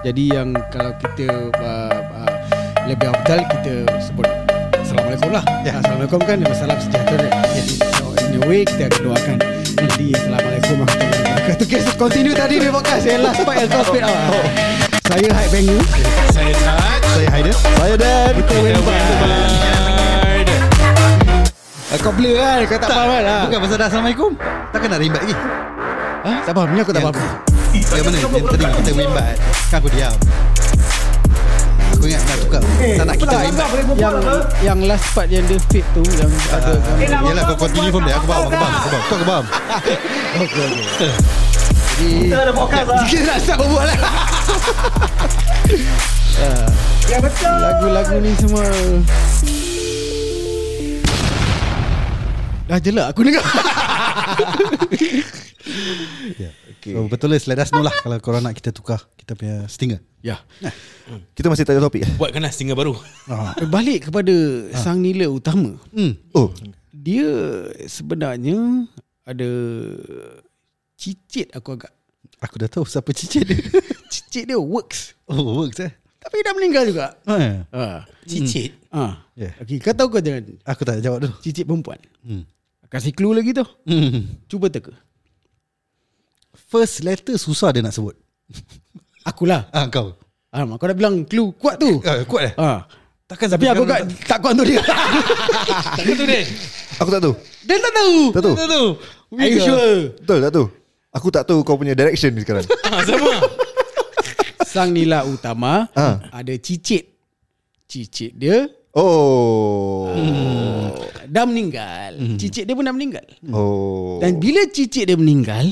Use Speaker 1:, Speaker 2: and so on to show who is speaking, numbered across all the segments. Speaker 1: Jadi yang kalau kita uh, uh, lebih afdal kita sebut Assalamualaikum lah.
Speaker 2: Ya.
Speaker 1: Yeah. Assalamualaikum kan salam sejahtera. Jadi so in a way kita akan doakan. Jadi Assalamualaikum warahmatullahi wabarakatuh. Okay, so continue tadi di podcast. Saya last part Alcohol Speed Hour. Saya Hype Bangu.
Speaker 3: Saya Taj
Speaker 2: Saya Haidar
Speaker 1: Saya Dan. Kita
Speaker 3: Bard
Speaker 1: Kau blur kan? Kau tak faham kan?
Speaker 2: Bukan pasal dah Assalamualaikum Takkan nak rimbat lagi
Speaker 1: Ha? Tak faham. Ni aku tak
Speaker 2: Yang-
Speaker 1: faham.
Speaker 2: Yang mana Yang tadi kita rimbat Kan aku diam Aku ingat nak tukar Tak nak kita rimbat
Speaker 1: Yang yang last part yang dia fit tu yang ada
Speaker 3: Eh,
Speaker 1: gambar.
Speaker 2: Yelah kau continue from there Aku faham Aku faham Aku faham Kau aku faham
Speaker 1: Okey okey. Jadi
Speaker 4: ada podcast lah
Speaker 1: kita nak start berbual lah.
Speaker 4: Ya betul
Speaker 1: Lagu-lagu ni semua Dah jelak aku dengar
Speaker 4: Ya,
Speaker 2: okay. so, Betul lah Let us know lah Kalau korang nak kita tukar Kita punya stinger
Speaker 1: Ya
Speaker 5: Kita masih tak ada topik eh?
Speaker 3: Buatkan lah single baru
Speaker 2: ah.
Speaker 1: Balik kepada
Speaker 4: Ah.
Speaker 1: Sang nila utama
Speaker 2: hmm.
Speaker 5: Oh
Speaker 1: Dia sebenarnya Ada Cicit aku agak
Speaker 2: Aku dah tahu siapa cicit dia
Speaker 1: Cicit dia works
Speaker 2: Oh works eh
Speaker 1: Tapi dah meninggal juga
Speaker 2: eh.
Speaker 4: Ah.
Speaker 1: ha.
Speaker 3: Cicit
Speaker 1: ha.
Speaker 4: Hmm. Ya.
Speaker 2: Yeah.
Speaker 1: Okay, kau tahu kau jangan
Speaker 2: Aku tak nak jawab dulu
Speaker 1: Cicit perempuan
Speaker 2: hmm.
Speaker 1: Kasih clue lagi tu
Speaker 2: Hmm.
Speaker 1: Cuba teka
Speaker 2: First letter susah dia nak sebut
Speaker 1: Akulah
Speaker 2: Ah kau
Speaker 1: Alamak, kau dah bilang clue kuat tu
Speaker 2: ah, Kuat eh
Speaker 1: ha.
Speaker 2: Takkan
Speaker 1: Tapi aku kat, tak kuat untuk dia
Speaker 3: Takkan tu Dan
Speaker 5: Aku tak tahu
Speaker 1: Dia tak tahu
Speaker 5: Tak tahu
Speaker 3: Tak tu
Speaker 1: Are you sure?
Speaker 5: Betul tak tahu Aku tak tahu kau punya direction ni sekarang
Speaker 3: Ah, Sama
Speaker 1: Sang nila utama
Speaker 5: Ha.
Speaker 1: Ada cicit Cicit dia
Speaker 5: Oh Hmm.
Speaker 1: Dah meninggal Cicit dia pun dah meninggal
Speaker 5: Oh Ha?
Speaker 1: Dan bila cicit dia meninggal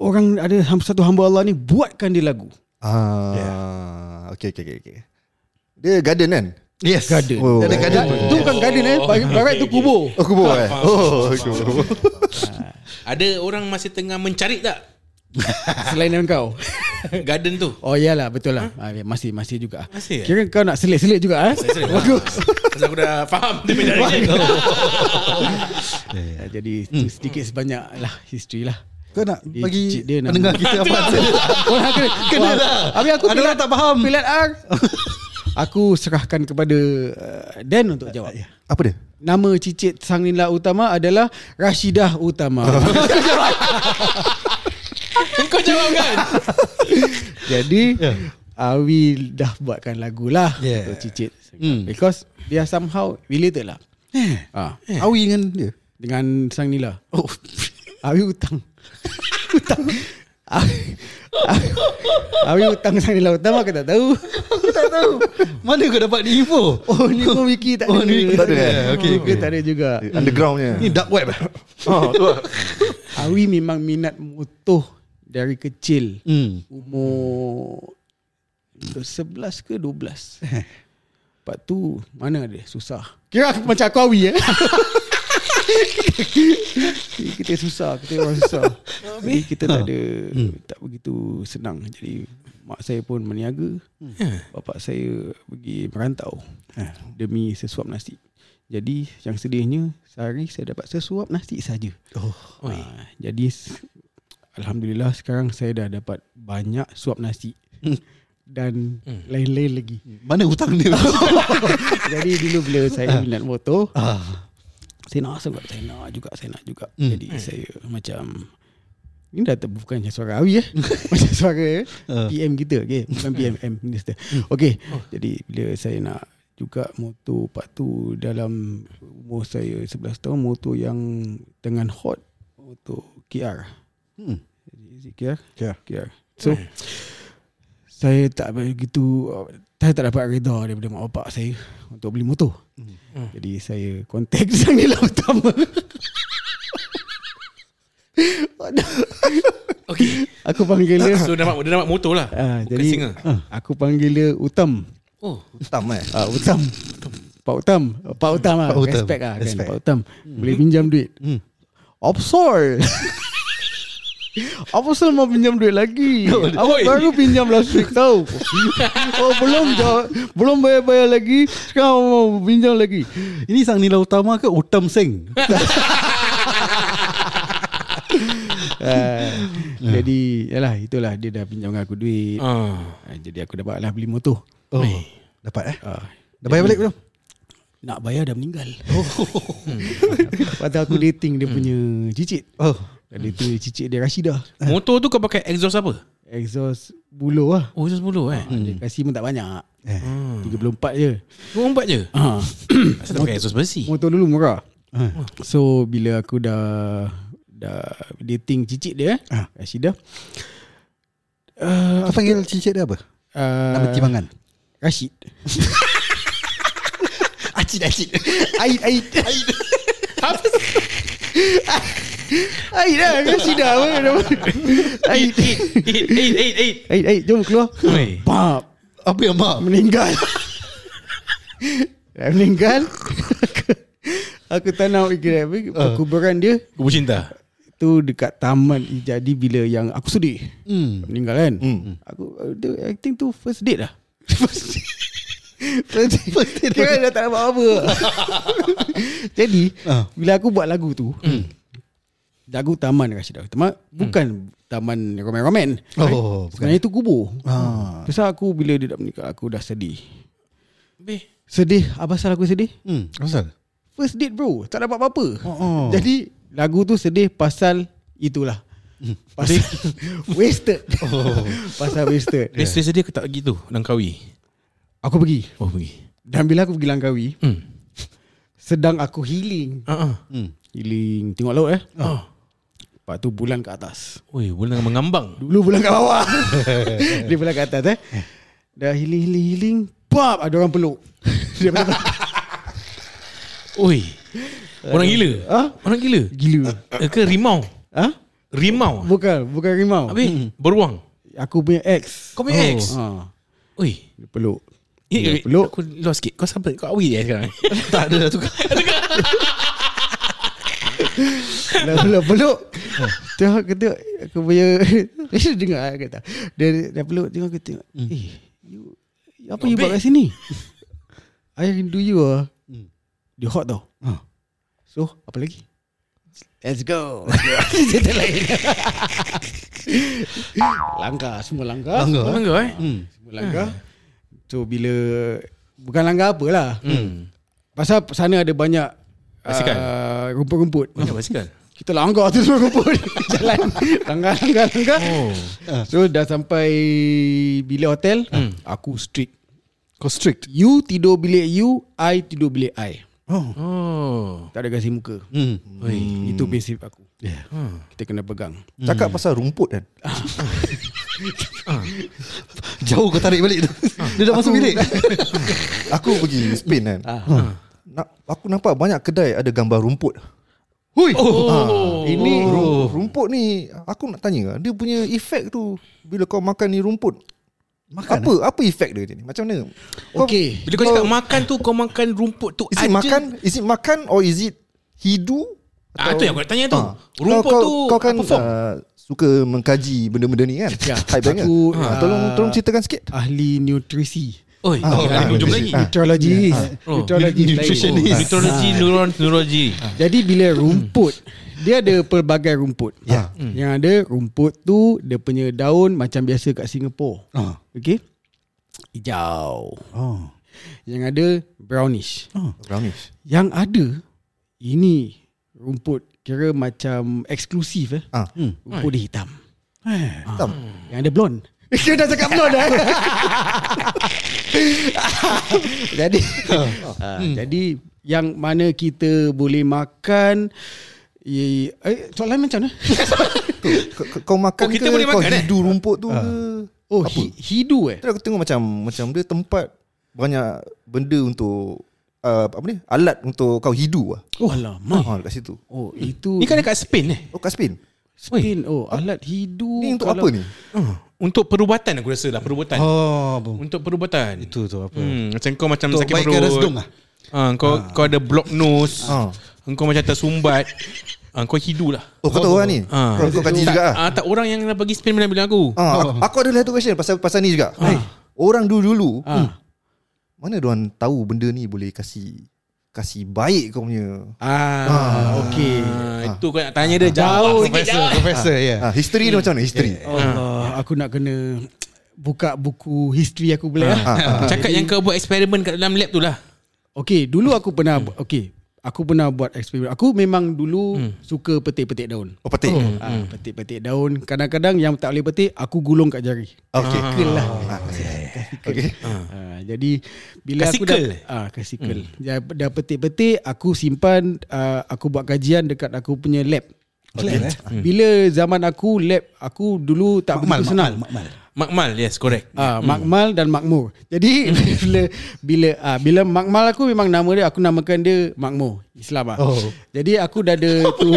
Speaker 1: Orang ada ham- satu hamba Allah ni Buatkan dia lagu
Speaker 5: Ah, okay, okay, okay, okay. Dia garden kan?
Speaker 2: Yes
Speaker 1: Garden
Speaker 5: Oh.
Speaker 1: Dia ada garden Itu bukan garden eh Bagi barat tu kubur
Speaker 5: Oh, kubur eh?
Speaker 3: Faham,
Speaker 5: Oh,
Speaker 3: faham,
Speaker 5: kubur.
Speaker 3: Ada orang masih tengah mencari tak
Speaker 1: Selain dengan kau
Speaker 3: Garden tu
Speaker 1: Oh iyalah betul lah ha? Masih masih juga
Speaker 3: Masih, eh?
Speaker 1: Kira kau nak selit-selit juga eh?
Speaker 3: Saya serius.
Speaker 1: Bagus
Speaker 3: Pasal aku dah faham Dia punya direction
Speaker 1: Ya, Jadi itu sedikit sebanyak lah History lah
Speaker 2: Eh, Kau nak
Speaker 1: Dia
Speaker 2: bagi
Speaker 1: cicit dia nama.
Speaker 2: pendengar kita apa hasil
Speaker 1: Orang kena
Speaker 2: Kena
Speaker 1: Wah,
Speaker 2: lah.
Speaker 1: Habis aku
Speaker 2: Ada orang tak faham.
Speaker 1: Pilihan R Aku serahkan kepada uh, Dan untuk jawab
Speaker 5: Apa dia?
Speaker 1: Nama cicit Sang Nila Utama adalah Rashidah Utama
Speaker 5: Oh.
Speaker 3: Kau jawab kan
Speaker 1: Jadi
Speaker 5: Ya.
Speaker 1: Awi dah buatkan lagu lah
Speaker 2: Yeah.
Speaker 1: Untuk cicit
Speaker 2: Hmm.
Speaker 1: Because They are somehow related lah ha,
Speaker 2: Eh. Awi dengan dia
Speaker 1: Dengan Sang Nila Oh Awi utang Utang Awi, Awi- Awi utang Sang Nila Utama Aku tak tahu
Speaker 2: Mana kau dapat ni info
Speaker 1: Oh ni pun wiki tak ada
Speaker 2: Oh, ni wiki
Speaker 5: tak ada, eh?
Speaker 1: okay,
Speaker 2: Okay,
Speaker 1: okay.
Speaker 2: okay.
Speaker 1: tak ada juga
Speaker 5: Undergroundnya.
Speaker 2: Ni dark web eh?
Speaker 5: Oh, tu lah.
Speaker 1: Awi memang minat motoh Dari kecil
Speaker 2: Hmm.
Speaker 1: Umur 11 ke 12 Lepas tu Mana dia susah Kira aku macam aku Awi eh kita susah Kita orang susah Jadi kita tak ada Tak begitu senang Jadi Mak saya pun meniaga Bapak saya pergi merantau Demi sesuap nasi Jadi yang sedihnya Sehari saya dapat sesuap nasi saja. Oh. Ha, jadi s- Alhamdulillah sekarang saya dah dapat Banyak suap nasi Dan lain-lain lagi
Speaker 2: Mana hutang dia Ah.
Speaker 1: Jadi dulu bila saya minat motor Saya nak sangat Saya nak juga Saya nak juga Jadi saya macam Ini dah ter, bukan macam suara Awi eh Macam suara ya.
Speaker 2: Ah.
Speaker 1: PM kita okay? Bukan PM M Minister Okay Jadi bila saya nak juga motor Lepas tu dalam umur saya 11 tahun Motor yang dengan hot Motor KR
Speaker 2: Hmm.
Speaker 1: Is it KR?
Speaker 2: KR.
Speaker 1: KR So saya tak begitu saya tak dapat reda daripada mak bapak saya untuk beli motor. Hmm. Jadi saya contact sang nila utama.
Speaker 3: Okay
Speaker 1: aku panggil dia
Speaker 3: So dia nampak, dia nampak motor lah
Speaker 1: ah,
Speaker 3: Bukan
Speaker 1: jadi
Speaker 3: singa
Speaker 1: ah, aku panggil dia Utam.
Speaker 3: Oh
Speaker 5: Hitam eh?
Speaker 1: Ah, Utam. Pak Utam. Pak Utam lah.
Speaker 2: Pak Utam.
Speaker 1: Respect lah kan.
Speaker 2: Respect.
Speaker 1: Pak Utam. Boleh pinjam duit.
Speaker 2: Hmm.
Speaker 1: Opsol. Opsol mau pinjam duit lagi. Awak
Speaker 3: Oi.
Speaker 1: baru pinjam last week tau. oh belum jawab, belum bayar-bayar lagi. Sekarang awak mau pinjam lagi.
Speaker 2: Ini sang nila utama ke Utam Singh
Speaker 1: Ah, yeah. Jadi Yalah itulah Dia dah pinjam dengan aku duit
Speaker 2: Ah.
Speaker 1: uh.
Speaker 3: Ah.
Speaker 1: Jadi aku dapatlah beli motor
Speaker 2: Oh. Dapat eh?
Speaker 1: uh,
Speaker 2: Dah bayar balik belum?
Speaker 1: Nak bayar dah meninggal oh. Pasal aku dating Dia punya cicit
Speaker 2: Oh.
Speaker 1: Dan dia tu cicit dia Rashidah
Speaker 3: Motor tu kau pakai exhaust apa?
Speaker 1: Exhaust buluh lah
Speaker 3: Oh, exhaust 10 eh.
Speaker 2: Hmm.
Speaker 3: Hmm.
Speaker 1: Dia kasih pun tak
Speaker 2: Ah.
Speaker 1: banyak eh. 34 je
Speaker 3: Dua empat je.
Speaker 1: ha.
Speaker 3: Asal tak pakai exhaust besi?
Speaker 1: Motor dulu murah
Speaker 2: Ah.
Speaker 1: So bila aku dah Dah dating cicit dia
Speaker 2: Ah.
Speaker 1: Rashidah
Speaker 2: Kau panggil cicit dia apa?
Speaker 1: uh,
Speaker 2: Nama timbangan.
Speaker 1: Rashid
Speaker 2: Acid acid. Aid aid aid.
Speaker 1: Aid lah Rashid dah apa nama?
Speaker 3: Eight, eight, eight, eight, eight, eight.
Speaker 1: Aid Aid jom keluar
Speaker 3: Oi.
Speaker 1: Bap
Speaker 2: Apa yang mak?
Speaker 1: Meninggal Dah Meninggal Aku tak nak fikir apa
Speaker 2: Ah.
Speaker 1: Perkuburan dia
Speaker 3: Kubu cinta.
Speaker 1: Tu dekat taman Jadi bila yang Aku sedih
Speaker 2: Hmm.
Speaker 1: Meninggal kan Aku tu- I think tu first date lah First date First date, first date Kira dah tak dapat apa Jadi
Speaker 2: Ah.
Speaker 1: Bila aku buat lagu tu Lagu Taman Rashidah Taman Bukan Taman romen-romen
Speaker 2: Oh, bukan.
Speaker 1: Sebenarnya itu kubur
Speaker 2: Ah.
Speaker 1: Pasal aku bila dia dah meninggal Aku dah sedih
Speaker 3: Beh.
Speaker 1: Sedih Apa pasal aku sedih?
Speaker 2: Hmm. Asal?
Speaker 1: First date bro Tak dapat apa-apa
Speaker 2: Oh.
Speaker 1: Jadi Lagu tu sedih pasal Itulah Pasal Wasted Hmm. oh. Pasal wasted
Speaker 3: Yeah. Isteri sedia ke tak pergi tu Langkawi
Speaker 1: Aku pergi
Speaker 3: Oh pergi
Speaker 1: Dan bila aku pergi Langkawi
Speaker 3: Hmm
Speaker 1: Sedang aku healing
Speaker 3: Ah.
Speaker 2: Hmm.
Speaker 1: Healing Tengok laut eh
Speaker 3: ah. Ah.
Speaker 1: Lepas tu bulan ke atas
Speaker 3: Oi, boleh dengan mengambang
Speaker 1: Dulu bulan kat bawah Dia bulan ke atas eh Dah healing healing healing Pop Ada orang peluk Dia macam
Speaker 3: Oi Orang gila
Speaker 1: Ah?
Speaker 3: Orang gila
Speaker 1: Gila
Speaker 3: Eh, Ke rimau
Speaker 1: Ha?
Speaker 3: Rimau Hmm.
Speaker 1: Bukan Bukan rimau
Speaker 3: Habis Beruang
Speaker 1: Aku punya ex
Speaker 3: Kau punya ex
Speaker 1: ha.
Speaker 3: Oi
Speaker 1: Dia peluk
Speaker 3: Eh,
Speaker 1: Dia
Speaker 3: eh,
Speaker 1: peluk
Speaker 3: Aku lost sikit Kau sampai Kau awi eh sekarang
Speaker 2: tak ada dah tukar.
Speaker 1: Dah peluk Lah, peluk Tengok aku tengok Aku punya Dia dengar aku kata Dia dah peluk Tengok aku tengok Eh you, Apa you buat kat sini I rindu you ah. Dia hot tau
Speaker 2: Ah.
Speaker 1: So apa lagi
Speaker 2: Let's go.
Speaker 1: Cerita lain Langgar Semua langgar
Speaker 2: Langgar.
Speaker 3: Orang kau eh
Speaker 2: Hmm.
Speaker 1: Semua langgar So bila Bukan langgar apalah
Speaker 3: Hmm
Speaker 1: Pasal sana ada banyak
Speaker 3: Basikal.
Speaker 1: ah, Rumput-rumput
Speaker 3: Banyak basikal
Speaker 1: Kita langgar tu semua rumput Jalan Langgar langgar langgar Ah,
Speaker 3: Oh
Speaker 1: So dah sampai Bila hotel
Speaker 3: Hmm.
Speaker 1: Aku strict
Speaker 2: Kau strict.
Speaker 1: You tidur bilik you I tidur bilik I
Speaker 2: Oh.
Speaker 3: Oh
Speaker 1: Tak ada kasih muka
Speaker 2: Hmm.
Speaker 1: hmm. Itu prinsip aku Ha.
Speaker 2: Yeah.
Speaker 3: Ah.
Speaker 1: Kita kena pegang
Speaker 5: Cakap pasal rumput kan
Speaker 2: Jauh kau tarik balik tu. Dia dah masuk bilik.
Speaker 5: Aku pergi Spain kan Nak, Aku nampak banyak kedai Ada gambar rumput
Speaker 2: Hui.
Speaker 3: Oh
Speaker 5: Ini ru- rumput ni Aku nak tanya Dia punya efek tu Bila kau makan ni rumput
Speaker 2: Makan,
Speaker 5: Apa apa efek dia ni Macam mana Kau-
Speaker 1: Okay
Speaker 3: Bila kau cakap makan tu Kau makan rumput tu
Speaker 5: Is it
Speaker 3: ada-
Speaker 5: makan Is it makan Or is it Hidu
Speaker 3: Ah, tu yang aku nak tanya tu
Speaker 5: Ah.
Speaker 3: Rumput
Speaker 5: kau,
Speaker 3: tu
Speaker 5: Kau kan
Speaker 3: apa form?
Speaker 5: uh, Suka mengkaji Benda-benda ni kan
Speaker 1: Ya,
Speaker 5: Type banger.
Speaker 1: aku,
Speaker 5: Ah,
Speaker 1: ah,
Speaker 5: Tolong tolong ceritakan sikit
Speaker 1: Ahli nutrisi
Speaker 3: Oi, ada hujung lagi
Speaker 1: Nutrologis
Speaker 3: Ah. Oh,
Speaker 1: Nutrologis lain.
Speaker 2: nutritionist.
Speaker 1: Ah.
Speaker 3: Nutrologi, neuron, neurologi.
Speaker 1: Jadi bila rumput Dia ada pelbagai rumput Ha.
Speaker 2: Ya.
Speaker 1: Yang ada rumput tu Dia punya daun Macam biasa kat Singapura
Speaker 2: Ah.
Speaker 1: Okay Hijau
Speaker 2: Oh.
Speaker 1: Yang ada brownish
Speaker 5: Ha. Brownish
Speaker 1: Yang ada Ini rumput Kira macam eksklusif eh.
Speaker 5: Ah.
Speaker 1: Hmm. Rumput dia hitam Ha.
Speaker 5: Hitam
Speaker 1: Yang ada blonde Kira dah cakap blonde eh? jadi ah, Jadi Yang mana kita boleh makan ye- eh, Soalan macam mana?
Speaker 5: Kau, kau- kau makan
Speaker 3: Oh, kita
Speaker 5: ke
Speaker 3: boleh
Speaker 5: Kau
Speaker 3: makan, eh?
Speaker 5: hidu rumput tu ke
Speaker 1: Oh hi, hidu eh
Speaker 5: Terus aku tengok macam Macam dia tempat Banyak benda untuk uh, Apa ni Alat untuk kau hidu lah
Speaker 1: Oh alamak
Speaker 5: Ha, kat situ
Speaker 1: Oh itu
Speaker 3: Ni kan dekat Spain eh.
Speaker 5: Oh kat Spain
Speaker 1: Spin Oh alat hidu
Speaker 5: Ni untuk
Speaker 1: kalau-
Speaker 5: apa ni
Speaker 3: Uh, untuk perubatan aku rasa lah perubatan. Oh.
Speaker 2: Oh. bu-
Speaker 3: Untuk perubatan.
Speaker 2: Itu tu apa?
Speaker 3: Hmm, macam kau macam
Speaker 2: Untuk
Speaker 3: sakit
Speaker 2: baikkan
Speaker 3: perut.
Speaker 2: resdung ah?
Speaker 3: Ah, kau kau ada block nose.
Speaker 5: Ah.
Speaker 3: Kau macam tersumbat. Ah, kau hidu lah.
Speaker 5: Oh kau tahu lah ni
Speaker 3: Ah.
Speaker 5: Kau, kau
Speaker 3: tak,
Speaker 5: kaji juga lah
Speaker 3: ah, tak orang yang nak pergi Spain bilang-bilang aku.
Speaker 5: Ah, aku, aku ada satu question pasal pasal ni juga. Orang hmm, dulu-dulu
Speaker 1: Ah.
Speaker 5: mana dia orang tahu benda ni boleh kasi kasih baik kau punya
Speaker 3: Ah, okey. Ah, itu kau nak tanya dia
Speaker 2: Oh,
Speaker 3: jauh sikit
Speaker 2: profesor,
Speaker 3: jauh.
Speaker 2: profesor ya.
Speaker 5: ha, history dia macam mana history
Speaker 1: Allah, aku nak kena buka buku history aku boleh ah.
Speaker 3: Cakap yang kau buat eksperimen kat dalam lab tu lah.
Speaker 1: Okey, dulu aku pernah hmm. okey, aku pernah buat eksperimen. Aku memang dulu hmm. suka petik-petik daun.
Speaker 5: oh petik
Speaker 1: Hmm. Ah, petik-petik daun. Kadang-kadang yang tak boleh petik, aku gulung kat jari.
Speaker 5: okey
Speaker 1: Kelah.
Speaker 5: Ah, okey
Speaker 1: Ah, jadi bila
Speaker 3: Kasi
Speaker 1: aku dah
Speaker 3: curl?
Speaker 1: ah kasi curl. Dah, dah petik-petik aku simpan ah, aku buat kajian dekat aku punya lab. Lab. Bila zaman aku lab aku dulu tak
Speaker 2: Makmal,
Speaker 1: begitu senang.
Speaker 2: makmal, makmal.
Speaker 3: Makmal, yes, correct.
Speaker 1: Ah, Makmal dan Makmur. Jadi bila bila ah, bila Makmal aku memang nama dia aku namakan dia Makmur Islam ah. Oh. Jadi aku dah ada tu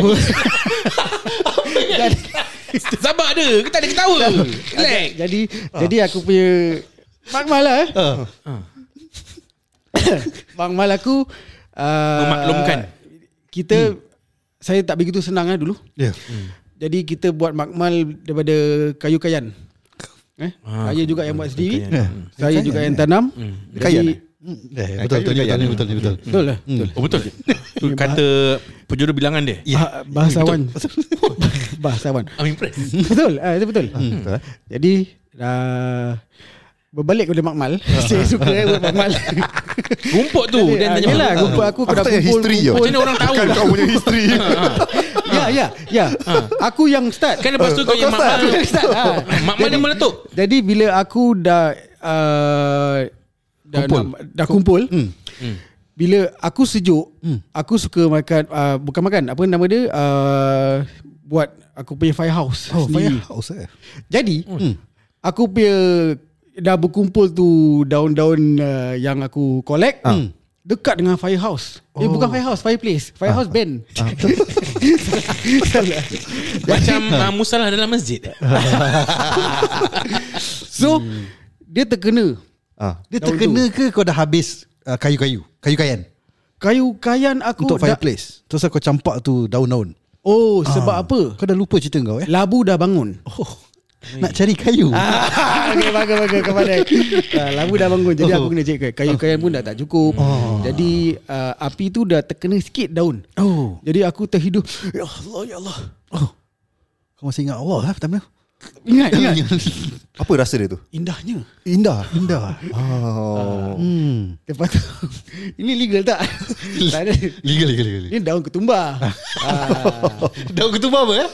Speaker 3: Sabar dia, kita ada ketawa. Relax.
Speaker 1: jadi jadi aku punya Makmal lah.
Speaker 2: Ah.
Speaker 1: eh.
Speaker 2: Oh.
Speaker 1: Makmal aku ah,
Speaker 3: Memaklumkan. Hmm.
Speaker 1: Kita saya tak begitu senang ah dulu.
Speaker 2: Ya.
Speaker 1: Jadi kita buat makmal daripada kayu kayan. Eh?
Speaker 3: Ah,
Speaker 1: saya juga yang buat sendiri.
Speaker 5: Eh,
Speaker 3: Hmm.
Speaker 1: Saya juga yang tanam.
Speaker 5: Kayan,
Speaker 1: Jadi,
Speaker 2: Hmm, ya, ya, Betul betul ni, betul ni, betul ni, betul.
Speaker 1: betul lah.
Speaker 5: Hmm.
Speaker 1: Betul.
Speaker 3: Oh betul. Tu Kata penjuru bilangan dia.
Speaker 5: Ya.
Speaker 1: Ah, bahasawan. bahasawan.
Speaker 3: I'm impressed.
Speaker 1: betul, ah, itu
Speaker 5: Hmm.
Speaker 1: betul.
Speaker 3: Hmm.
Speaker 1: betul. Jadi uh, berbalik kepada makmal. saya suka eh, buat makmal.
Speaker 3: Rumput tu
Speaker 1: Jadi,
Speaker 3: dan
Speaker 1: ah,
Speaker 3: tanya.
Speaker 1: yelah,
Speaker 3: Macam
Speaker 1: rumput aku
Speaker 5: Aku
Speaker 1: kena
Speaker 5: tanya
Speaker 1: kumpul.
Speaker 5: history
Speaker 1: kumpul.
Speaker 3: mana orang tahu?
Speaker 5: Bukan kau punya history
Speaker 1: Ya, ya, ya. Aku yang start.
Speaker 3: Kan lepas tu kau yang makmal.
Speaker 1: Aku yang start. ah.
Speaker 3: Makmal yang meletup.
Speaker 1: Jadi bila aku dah uh, dah kumpul, nak, dah kumpul hmm. bila aku sejuk, hmm. aku suka makan uh, bukan makan apa nama dia uh, buat aku punya firehouse.
Speaker 2: Oh,
Speaker 1: sendiri.
Speaker 2: firehouse eh.
Speaker 1: Jadi hmm. aku punya dah berkumpul tu daun-daun uh, yang aku collect hmm. dekat dengan firehouse. Eh bukan firehouse, fireplace. Firehouse band. Salah.
Speaker 3: Macam uh, musalah dalam masjid.
Speaker 1: so dia terkena
Speaker 5: ah
Speaker 2: Dia terkena ke kau dah habis uh, kayu-kayu? Kayu kayan
Speaker 1: kayu kayan aku
Speaker 2: untuk
Speaker 1: dah-
Speaker 2: fireplace. Terus kau campak tu daun-daun. Ah.
Speaker 1: Oh sebab apa?
Speaker 2: Kau dah lupa cerita kau eh.
Speaker 1: Labu dah bangun.
Speaker 2: Nak cari kayu.
Speaker 1: Ah, okay, bagus bagus kau pandai. Ah, labu dah bangun jadi aku kena cek kayu kayu pun dah tak cukup. Jadi ah, api tu dah terkena sikit daun.
Speaker 2: Oh.
Speaker 1: Jadi aku terhidup. Ya Allah ya Allah.
Speaker 2: Oh. Kau masih ingat Allah lah pertama.
Speaker 1: Ingat ingat
Speaker 5: apa rasa dia tu
Speaker 1: indahnya.
Speaker 2: Indah, indah.
Speaker 5: oh
Speaker 2: Hmm.
Speaker 1: Lepas tu ini legal tak? tak ada.
Speaker 2: Legal, legal, legal.
Speaker 1: Ini daun ketumbar. ah.
Speaker 2: Daun ketumbar apa eh?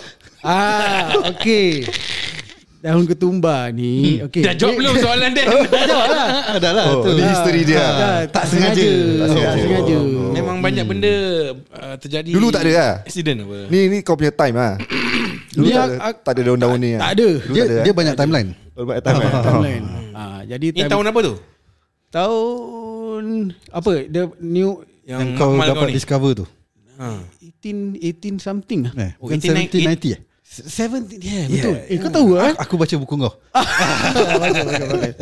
Speaker 1: Ah, okey. Daun ketumbar ni. Okey.
Speaker 3: Dah jawab belum soalan dia?
Speaker 1: eh, Dah jawab lah.
Speaker 2: Ada lah
Speaker 5: Oh,
Speaker 2: tu.
Speaker 5: dia history dia.
Speaker 1: Dah, Ah, tak, sengaja.
Speaker 5: Tak sengaja.
Speaker 1: Tak sengaja.
Speaker 3: Memang banyak benda uh, terjadi.
Speaker 5: Dulu tak ada lah.
Speaker 3: Accident apa?
Speaker 5: ni ni kau punya time ah dulu
Speaker 1: Dia-
Speaker 5: tak ada, tak ada daun-daun ni ah.
Speaker 1: Tak ada.
Speaker 2: Dia,
Speaker 5: tak ada, eh.
Speaker 1: eh?
Speaker 2: dia banyak timeline.
Speaker 5: Berapa time eh?
Speaker 1: Timeline. Ah, jadi
Speaker 3: Ni tahun apa tu?
Speaker 1: tahun apa? The new
Speaker 3: Yang,
Speaker 2: Yang kau
Speaker 3: makmal
Speaker 2: dapat
Speaker 3: ni.
Speaker 2: discover tu.
Speaker 1: Oh,
Speaker 3: Ha.
Speaker 1: 18 18 something lah.
Speaker 2: Eh,
Speaker 3: Oh,
Speaker 2: bukan
Speaker 3: 1890
Speaker 2: 1790 eh?
Speaker 1: 17 yeah, betul. Yeah, eh kau tahu ah?
Speaker 2: Aku baca buku kau. Eh,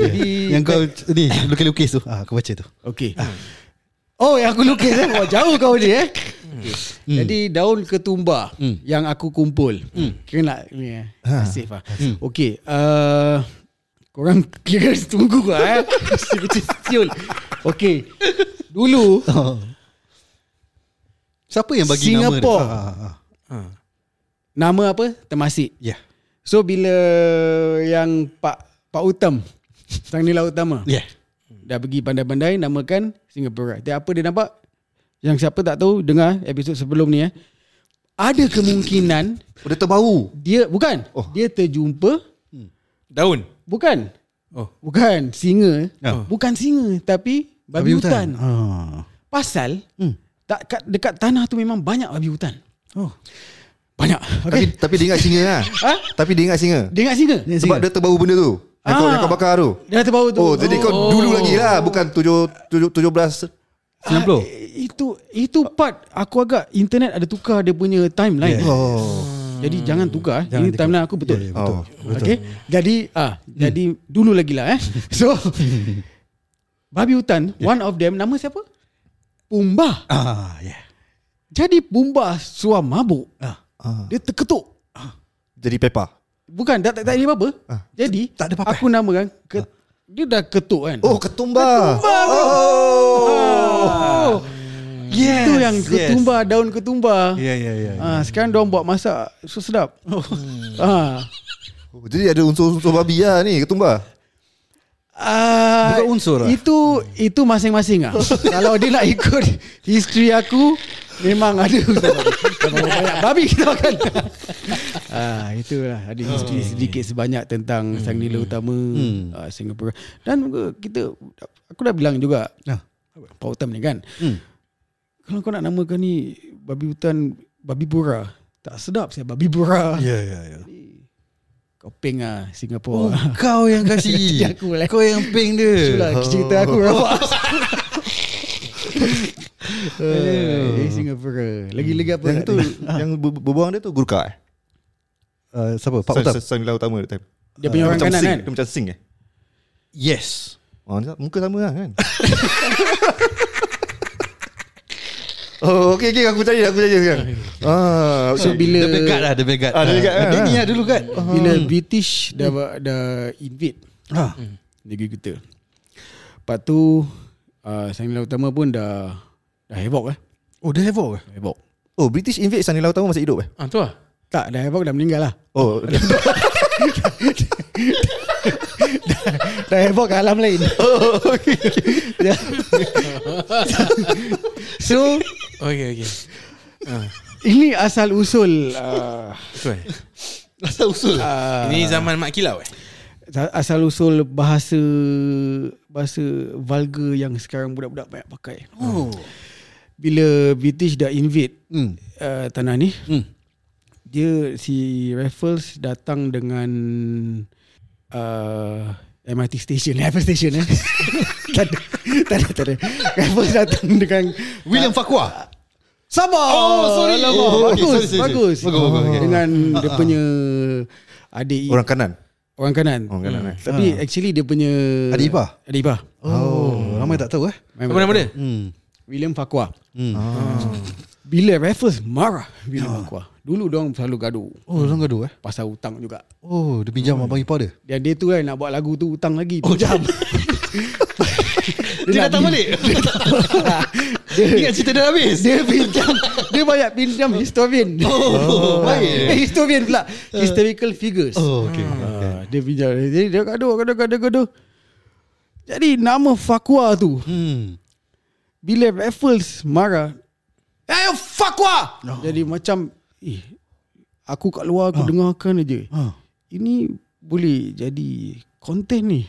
Speaker 1: Jadi
Speaker 2: Yang kau ni lukis-lukis tu. Ah, aku baca tu.
Speaker 1: okey. Oh yang aku lukis eh Wah jauh kau ni eh okay.
Speaker 2: Hmm.
Speaker 1: Hmm. Jadi daun ketumbar Yang aku kumpul Kena ni eh
Speaker 2: Ha.
Speaker 1: Asif lah Okay uh, Korang kira tunggu lah eh Macam siul Okay Dulu
Speaker 2: Oh. Siapa yang bagi
Speaker 1: Singapore.
Speaker 2: nama dia? Ah, ah, ah.
Speaker 1: Nama apa? Temasik
Speaker 2: Ya. Yeah.
Speaker 1: So bila yang Pak Pak Utam Sang Nila Utama
Speaker 2: Ya. Yeah.
Speaker 1: Dah pergi pandai-pandai namakan Singapura. Tapi apa dia nampak? Yang siapa tak tahu dengar episod sebelum ni eh. Ada kemungkinan
Speaker 5: Udah terbau.
Speaker 1: dia bukan oh. dia terjumpa
Speaker 3: Daun.
Speaker 1: bukan
Speaker 3: Oh.
Speaker 1: bukan singa Oh.
Speaker 2: Ah.
Speaker 1: bukan singa tapi babi, hutan.
Speaker 2: Ah.
Speaker 1: Pasal tak kat, dekat tanah tu memang banyak babi hutan.
Speaker 2: Oh.
Speaker 1: Banyak.
Speaker 5: Tapi
Speaker 1: Okey.
Speaker 5: tapi dia ingat singa lah.
Speaker 1: Ha?
Speaker 5: Tapi dia ingat singa.
Speaker 1: Dia ingat singa.
Speaker 2: Ingat
Speaker 5: Sebab
Speaker 2: singa?
Speaker 5: dia terbau benda tu. Yang kau,
Speaker 1: Ah.
Speaker 5: yang kau bakar tu.
Speaker 1: Dah terbau tu.
Speaker 5: Oh, jadi kau dulu lagi lah. Bukan tujuh, tujuh, tujuh belas.
Speaker 2: 90.
Speaker 1: Ah, itu itu part aku agak internet ada tukar dia punya timeline.
Speaker 2: Yeah.
Speaker 5: Oh.
Speaker 1: Jadi jangan tukar eh. Ini timeline aku betul.
Speaker 2: Hmm. Ya, ya,
Speaker 5: betul.
Speaker 2: betul. Hmm.
Speaker 5: Oh.
Speaker 1: Okey. Jadi ah jadi dulu lagi lah eh. So babi hutan yeah. one of them nama siapa? Pumba.
Speaker 2: Ya. Ah, ya. Yeah.
Speaker 1: Jadi Pumba suam mabuk.
Speaker 2: Ah.
Speaker 5: Ah.
Speaker 1: Dia terketuk.
Speaker 5: Jadi Peppa.
Speaker 1: Bukan dah tak tak ada apa-apa. Jadi
Speaker 2: Ah. Tak ada apa-apa. Ah. Oh.
Speaker 1: aku nama kan ke, dia dah ketuk kan.
Speaker 5: Oh, ketumbar.
Speaker 1: Ketumbar.
Speaker 5: Oh.
Speaker 1: Oh. Yes, Itu yang ketumbar Daun ketumbar
Speaker 2: Ya ya ya. Hmm.
Speaker 1: Ah, sekarang diorang buat masak So sedap oh. ah.
Speaker 5: Oh, jadi ada unsur-unsur babi lah ni ketumbar.
Speaker 1: Ah,
Speaker 2: Bukan unsur lah.
Speaker 1: Itu itu masing-masing lah Kalau dia nak ikut History aku Memang ada unsur babi. babi kita makan ah, Itulah Ada
Speaker 2: Oh.
Speaker 1: history sedikit sebanyak Tentang hmm. sang nila utama hmm. ah, Singapura Dan juga kita Aku dah bilang juga
Speaker 2: Ah.
Speaker 1: Pak Utam ni kan
Speaker 2: Hmm.
Speaker 1: Kalau kau nak namakan ni Babi hutan Babi bura Tak sedap saya Babi bura
Speaker 2: Ya ya ya.
Speaker 1: Kau ping lah
Speaker 2: Oh,
Speaker 1: Singapura
Speaker 2: kau yang kasi.
Speaker 1: Kaki aku lah.
Speaker 2: Kau yang ping dia. Oh.
Speaker 1: Itulah cerita aku rabak. Eh, Singapura. Lagi-lagi apa?
Speaker 5: Yang
Speaker 1: nak
Speaker 5: tu
Speaker 1: dia-
Speaker 5: yang ber- berbuang dia tu gurka eh.
Speaker 2: Uh, siapa? Pak
Speaker 5: Sang-
Speaker 2: Utam.
Speaker 5: sang- Sang nila utama that time.
Speaker 1: dia punya orang
Speaker 5: macam
Speaker 1: kanan
Speaker 5: sing,
Speaker 1: kan.
Speaker 5: Dia macam sing eh.
Speaker 2: Yes.
Speaker 5: Oh, muka sama lah kan. oh, okey okey aku cari aku cari sekarang. Ah,
Speaker 1: So bila
Speaker 2: Dia begat lah, dia begat.
Speaker 5: Ah, dia begat lah.
Speaker 2: Dia ni lah dulu kan.
Speaker 1: bila British dah dah invade
Speaker 2: Ha.
Speaker 1: negeri kita. Lepas tu uh, Sang Nila Utama pun dah dah havoc eh.
Speaker 2: Oh, dia havoc ke?
Speaker 1: Dah havoc.
Speaker 5: Oh, British invade sang nila utama masih hidup eh.
Speaker 3: Ah tu lah.
Speaker 1: Tak, dah havoc dah meninggal lah.
Speaker 5: Oh,
Speaker 1: Dah havoc ke alam lain. so
Speaker 3: Okay okay.
Speaker 1: ini asal usul ah, uh,
Speaker 3: Betul. eh?
Speaker 2: Asal usul.
Speaker 3: Ah, Ini zaman mak kilau eh.
Speaker 1: asal usul bahasa bahasa vulgar yang sekarang budak-budak banyak pakai. Ha.
Speaker 2: Oh.
Speaker 1: Bila British dah invade
Speaker 2: Hmm.
Speaker 1: uh, tanah ni,
Speaker 2: Hmm.
Speaker 1: dia si Raffles datang dengan uh, MRT station, Raffles station eh. tak ada, tak ada, tak ada. Raffles datang dengan
Speaker 2: William Fakwa.
Speaker 1: Sabar.
Speaker 2: Oh, sorry.
Speaker 1: Alamak,
Speaker 2: Oh, okay,
Speaker 1: bagus,
Speaker 2: sorry, sorry, sorry.
Speaker 1: bagus.
Speaker 2: Bagus, bagus, okay. Ha,
Speaker 1: Dengan dia punya adik
Speaker 5: orang kanan.
Speaker 1: orang kanan. Hmm.
Speaker 5: Orang kanan eh.
Speaker 1: Tapi actually dia punya
Speaker 2: Adik ipar?
Speaker 1: Adik ipar.
Speaker 2: Oh, ramai tak tahu eh.
Speaker 1: Main
Speaker 3: Apa nama dia?
Speaker 2: Hmm.
Speaker 1: William Fakwa. Ah.
Speaker 2: Hmm.
Speaker 1: Bila Raffles marah William Fakwa. Dulu dong selalu gaduh
Speaker 2: Oh, orang gaduh eh.
Speaker 1: pasal hutang juga.
Speaker 2: Oh, dia pinjam abang ipar dia.
Speaker 1: Dan dia tu kan nak buat lagu tu hutang lagi. Oh, jam. dia, nak pin-
Speaker 2: datang balik? Ah.
Speaker 1: Dia datang balik. dia,
Speaker 2: Ingat cerita dah habis.
Speaker 1: dia pinjam. Dia banyak pinjam historian. Eh,
Speaker 2: Oh, baik.
Speaker 1: historian pula. Historical figures.
Speaker 2: Oh, okay.
Speaker 1: Ah, dia pinjam. Jadi dia gaduh, gaduh, gaduh, gaduh. Jadi nama Fakwa tu
Speaker 2: Hmm.
Speaker 1: Bila Raffles marah Hey fuck wah no. Jadi macam eh, Aku kat luar aku dengarkan aja
Speaker 2: Ha.
Speaker 1: Ini boleh jadi konten ni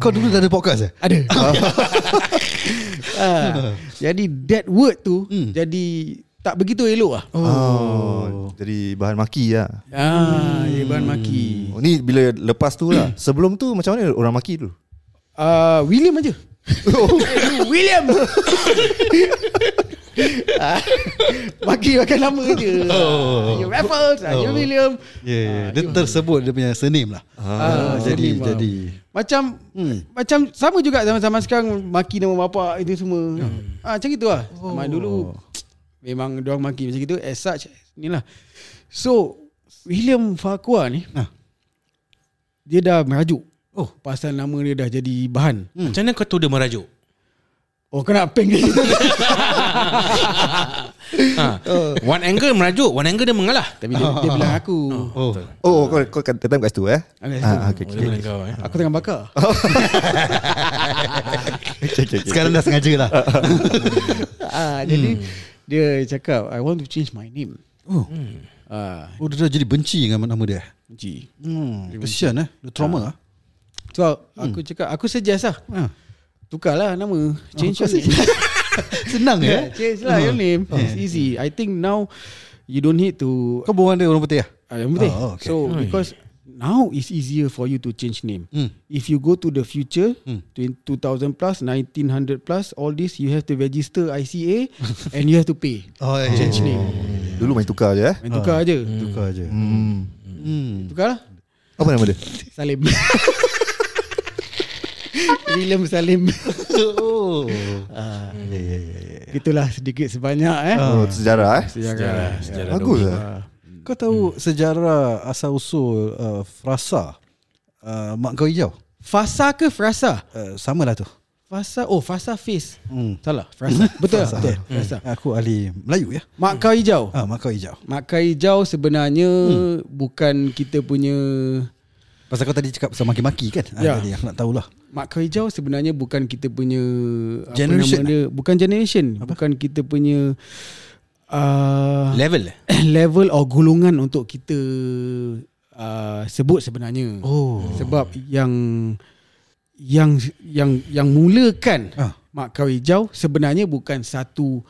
Speaker 2: Kau dulu dah ada podcast eh?
Speaker 1: Oh, Ada Ah, Jadi that word tu Jadi tak begitu elok lah
Speaker 5: Oh. oh. Jadi bahan maki lah.
Speaker 1: Ah, Iban Maki
Speaker 5: Oh, ni bila lepas tu lah. Sebelum tu macam mana orang maki dulu?
Speaker 1: Ah, William aja Oh. William Ah, Maki makan nama je oh. You Raffles ah, You William
Speaker 2: Ya, yeah, yeah. dia tersebut dia punya surname lah.
Speaker 1: Ah, surname,
Speaker 2: jadi
Speaker 1: ah.
Speaker 2: jadi.
Speaker 1: Macam hmm. Macam sama juga zaman-zaman sekarang Maki nama bapa itu semua hmm. ah, Macam itu lah oh. dulu Memang diorang maki macam itu As such ni lah So William Fakwa ni
Speaker 2: Ah.
Speaker 1: Dia dah merajuk
Speaker 2: Oh.
Speaker 1: Pasal nama dia dah jadi bahan
Speaker 3: Hmm. Macam mana kau tu dia merajuk?
Speaker 1: Oh kau nak peng dia
Speaker 3: Ha. One angle merajuk, one angle dia mengalah.
Speaker 1: Tapi dia, dia bilang aku
Speaker 2: Oh.
Speaker 5: Oh, kau kau kat that time kat situ eh?
Speaker 1: Agak situ.
Speaker 5: Ah, okay,
Speaker 3: Oh,
Speaker 5: okay,
Speaker 3: dia bilang kau eh.
Speaker 1: Aku tengah bakar
Speaker 5: okay, okay, okay.
Speaker 2: Sekarang dah sengaja lah.
Speaker 1: ah, Jadi Dia cakap I want to change my name
Speaker 2: Oh.
Speaker 1: ah,
Speaker 2: oh, dia dah jadi benci dengan nama dia.
Speaker 1: G
Speaker 2: Hmm, kesian eh. Dia trauma ah.
Speaker 1: So aku cakap Aku suggest lah
Speaker 2: Hmm. Ha.
Speaker 1: Tukarlah nama Change your name
Speaker 2: Senang
Speaker 1: Yeah,
Speaker 2: eh.
Speaker 1: change lah your name.
Speaker 2: Ha.
Speaker 1: It's easy. I think now you don't need to.
Speaker 2: Kau buang dia orang putih ah.
Speaker 1: Ah, yang penting.
Speaker 2: Oh, okay.
Speaker 1: So because now it's easier for you to change name.
Speaker 2: Hmm.
Speaker 1: If you go to the future,
Speaker 2: Hmm.
Speaker 1: twen- 2000 plus, 1900 plus, all this you have to register ICA and you have to pay.
Speaker 2: Oh, yeah.
Speaker 1: Change
Speaker 2: change
Speaker 1: name.
Speaker 5: Dulu main tukar je eh.
Speaker 2: Oh.
Speaker 1: Main tukar aje.
Speaker 2: Tukar je.
Speaker 5: Hmm.
Speaker 2: Hmm.
Speaker 1: Tukar lah.
Speaker 5: Apa nama dia?
Speaker 1: Salim. William Salim.
Speaker 2: Oh. Ah, ya ya ya. ya. Ah,
Speaker 1: Itulah sedikit sebanyak eh.
Speaker 5: Oh, sejarah eh.
Speaker 1: Sejarah.
Speaker 3: Sejarah
Speaker 5: Bagus
Speaker 3: dulu.
Speaker 5: lah.
Speaker 2: Kau tahu sejarah asal usul uh, frasa uh, mak kau hijau?
Speaker 1: Fasa ke frasa?
Speaker 2: Uh, sama lah tu.
Speaker 1: Fasa Oh Fasa Face
Speaker 2: Hmm.
Speaker 1: Salah Fasa Betul
Speaker 2: Fasa.
Speaker 1: Fasa. Betul Fasa
Speaker 2: Aku ahli Melayu ya.
Speaker 1: Mak kau hijau
Speaker 2: Ah, Hmm. maka hijau.
Speaker 1: Mak kau hijau sebenarnya Bukan kita punya
Speaker 2: Pasal kau tadi cakap pasal maki-maki kan? Ah,
Speaker 1: Ya.
Speaker 2: Tadi aku nak tahulah.
Speaker 1: Mak kau hijau sebenarnya bukan kita punya apa
Speaker 2: Generation eh?
Speaker 1: nama dia, Bukan generation Bukan kita punya uh,
Speaker 3: Level eh?
Speaker 1: level or golongan untuk kita uh, sebut sebenarnya.
Speaker 2: Oh.
Speaker 1: Sebab yang yang yang yang mulakan
Speaker 2: Ah.
Speaker 1: ah. mak kau hijau sebenarnya bukan satu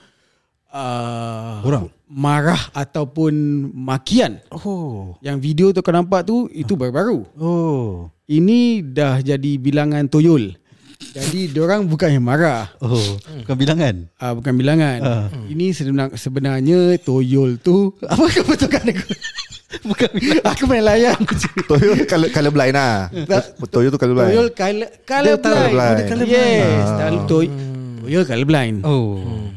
Speaker 1: uh,
Speaker 2: Orang.
Speaker 1: marah ataupun makian.
Speaker 2: Oh.
Speaker 1: Yang video tu kau nampak tu itu baru-baru.
Speaker 2: Oh.
Speaker 1: Ini dah jadi bilangan toyol. Jadi orang bukannya marah.
Speaker 2: Oh. Bukan bilangan.
Speaker 1: Uh, bukan bilangan.
Speaker 2: Ah.
Speaker 1: Uh. Ini sebenar, sebenarnya toyol tu apa kau betulkan aku? bukan bilangan. aku main layan.
Speaker 5: Toyol color, color blind lah Toyol tu color blind
Speaker 1: toyol color color
Speaker 2: Dia
Speaker 1: blind.
Speaker 5: colorblind.
Speaker 1: Dia colorblind. Yes, uh. toy, toyol color blind. Oh.
Speaker 2: Oh.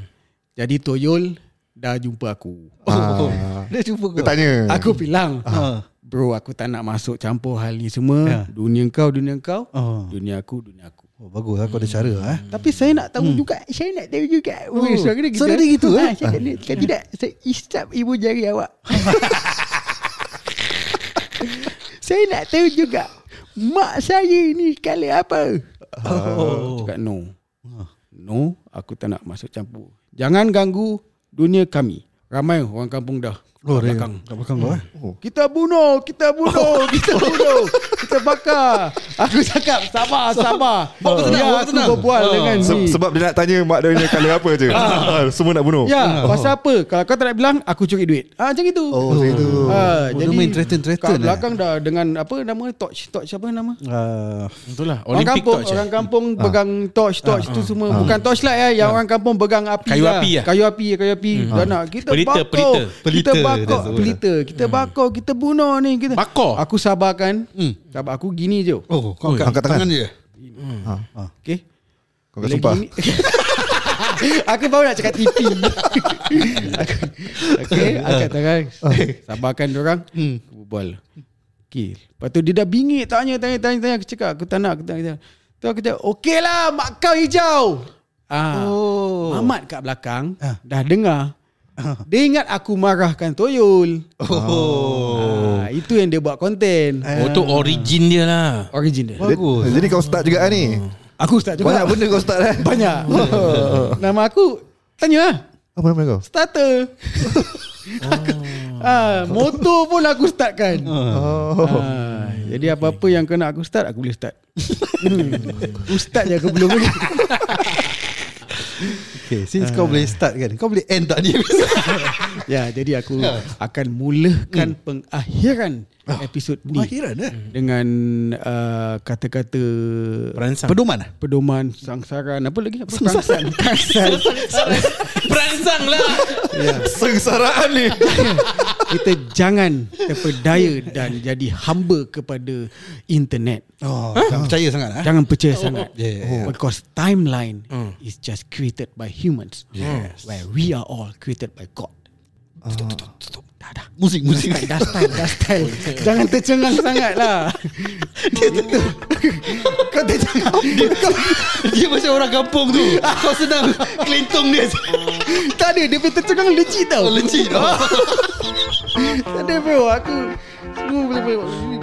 Speaker 1: Jadi toyol dah jumpa aku. Ah,
Speaker 2: Oh. Dia cuba
Speaker 5: Dia
Speaker 2: kau.
Speaker 5: tanya
Speaker 1: Aku bilang,
Speaker 2: Ah.
Speaker 1: bro aku tak nak masuk campur hal ni semua.
Speaker 2: Ya.
Speaker 1: Dunia kau, dunia kau.
Speaker 2: Oh.
Speaker 1: Dunia aku, dunia aku.
Speaker 2: oh. Bagus lah kau ada cara eh.
Speaker 1: Tapi saya nak tahu hmm. juga Saya nak tahu juga oh,
Speaker 2: Oh,
Speaker 1: Suara dia gitu
Speaker 2: suara dia gitu, eh?
Speaker 1: ha, saya nak, Kalau tidak Saya isap ibu jari awak Saya nak tahu juga Mak saya ni Kala apa
Speaker 2: Oh.
Speaker 1: Cakap no Ah. No Aku tak nak masuk campur Jangan ganggu Dunia kami Ramai orang kampung dah
Speaker 2: Oh, dia kat belakang kau eh.
Speaker 5: Oh.
Speaker 1: kita bunuh, kita bunuh, kita bunuh, kita bakar. Oh. Aku cakap sabar, sabar.
Speaker 3: Bawa tenang,
Speaker 1: Ya,
Speaker 3: bawa
Speaker 1: aku
Speaker 3: tenang.
Speaker 1: berbual
Speaker 3: Ah.
Speaker 1: dengan
Speaker 5: Se-
Speaker 1: ni.
Speaker 5: Sebab dia nak tanya Mak dia punya color apa je Ah, Semua nak bunuh
Speaker 1: Ya, pasal apa? Kalau kau tak nak bilang, aku curi duit. Ah, macam itu.
Speaker 5: Oh macam itu
Speaker 1: Ah,
Speaker 2: Oh, dia main threaten-threaten,
Speaker 1: kat
Speaker 2: eh?
Speaker 1: belakang dah dengan apa nama torch, torch apa nama? Hmm.
Speaker 2: Ah,
Speaker 3: Itulah
Speaker 1: orang
Speaker 3: Olympic
Speaker 1: kampung,
Speaker 3: torch eh? Ah,
Speaker 1: orang kampung pegang torch, torch tu semua bukan torch lah ya, yang orang kampung pegang api
Speaker 3: Kayu
Speaker 1: lah.
Speaker 3: api lah.
Speaker 1: Kayu api, kayu api. Dah nak kita
Speaker 3: Pelita,
Speaker 1: bakar.
Speaker 3: pelita.
Speaker 1: Kita
Speaker 2: Pelita,
Speaker 1: bakar,
Speaker 2: dia sebut.
Speaker 1: pelita. Kita bakar, kita bunuh ni kita.
Speaker 3: Hmm. Bakar?
Speaker 1: Aku sabarkan. Sabar aku gini je.
Speaker 2: Oh, kau angkat,
Speaker 5: angkat tangan.
Speaker 2: dia.
Speaker 3: Hmm.
Speaker 2: Ah.
Speaker 1: Okey.
Speaker 5: Kau kena sumpah
Speaker 1: gini- aku baru nak cakap TV. aku, okay, angkat tangan. Sabarkan diorang. Hmm. Aku berbual. Okay. Lepas tu dia dah bingit tanya, tanya, tanya, tanya. Aku cakap, aku tak nak, aku tak nak. Tu aku cakap, okay lah, mak kau hijau. Ah, oh. Mamat kat belakang
Speaker 2: Ah.
Speaker 1: dah dengar. Dia ingat aku marahkan Toyol. Oh. Ah, itu yang dia buat konten.
Speaker 2: Eh.
Speaker 3: Oh tu origin dia lah
Speaker 1: Origin dia.
Speaker 2: Bagus.
Speaker 5: Jadi kau start juga lah ni
Speaker 1: Aku start juga.
Speaker 5: Banyak benda kau start eh
Speaker 1: Banyak. Nama aku tanya lah.
Speaker 5: Apa nama kau?
Speaker 1: Starter. ah, motor pun aku startkan. Ah, jadi apa-apa yang kena aku start aku boleh start. Hmm. Ustaz je aku belum boleh.
Speaker 2: Okay, since kau boleh start kan, kau boleh end tak ni?
Speaker 1: ya, jadi aku akan mulakan pengakhiran episod ni
Speaker 2: Akhiran eh.
Speaker 1: dengan uh, kata-kata
Speaker 3: Peransang
Speaker 2: Pedoman lah.
Speaker 1: pedoman sangsaran apa lagi apa sangsaran sangsaran
Speaker 3: Peransang lah
Speaker 5: Ya. Sengsaraan ni
Speaker 1: kita jangan terpedaya dan jadi hamba kepada internet
Speaker 2: Oh, jangan percaya sangat eh.
Speaker 1: Jangan percaya sangat.
Speaker 2: Yeah, yeah, yeah.
Speaker 1: Because timeline is just created by humans. Where we are all created by God. Tutup, tutup, tutup. Dah, dah.
Speaker 2: Musik, musik.
Speaker 1: Kan, Dah style, dah style. Jangan tercengang sangat lah. Dia tutup. Kau tercengang.
Speaker 2: Dia macam orang kampung tu. Kau senang kelentong dia.
Speaker 1: tak ada, dia punya tercengang Oh, legit tau.
Speaker 2: Kau lecik.
Speaker 1: tak ada bro, aku. Semua boleh boleh.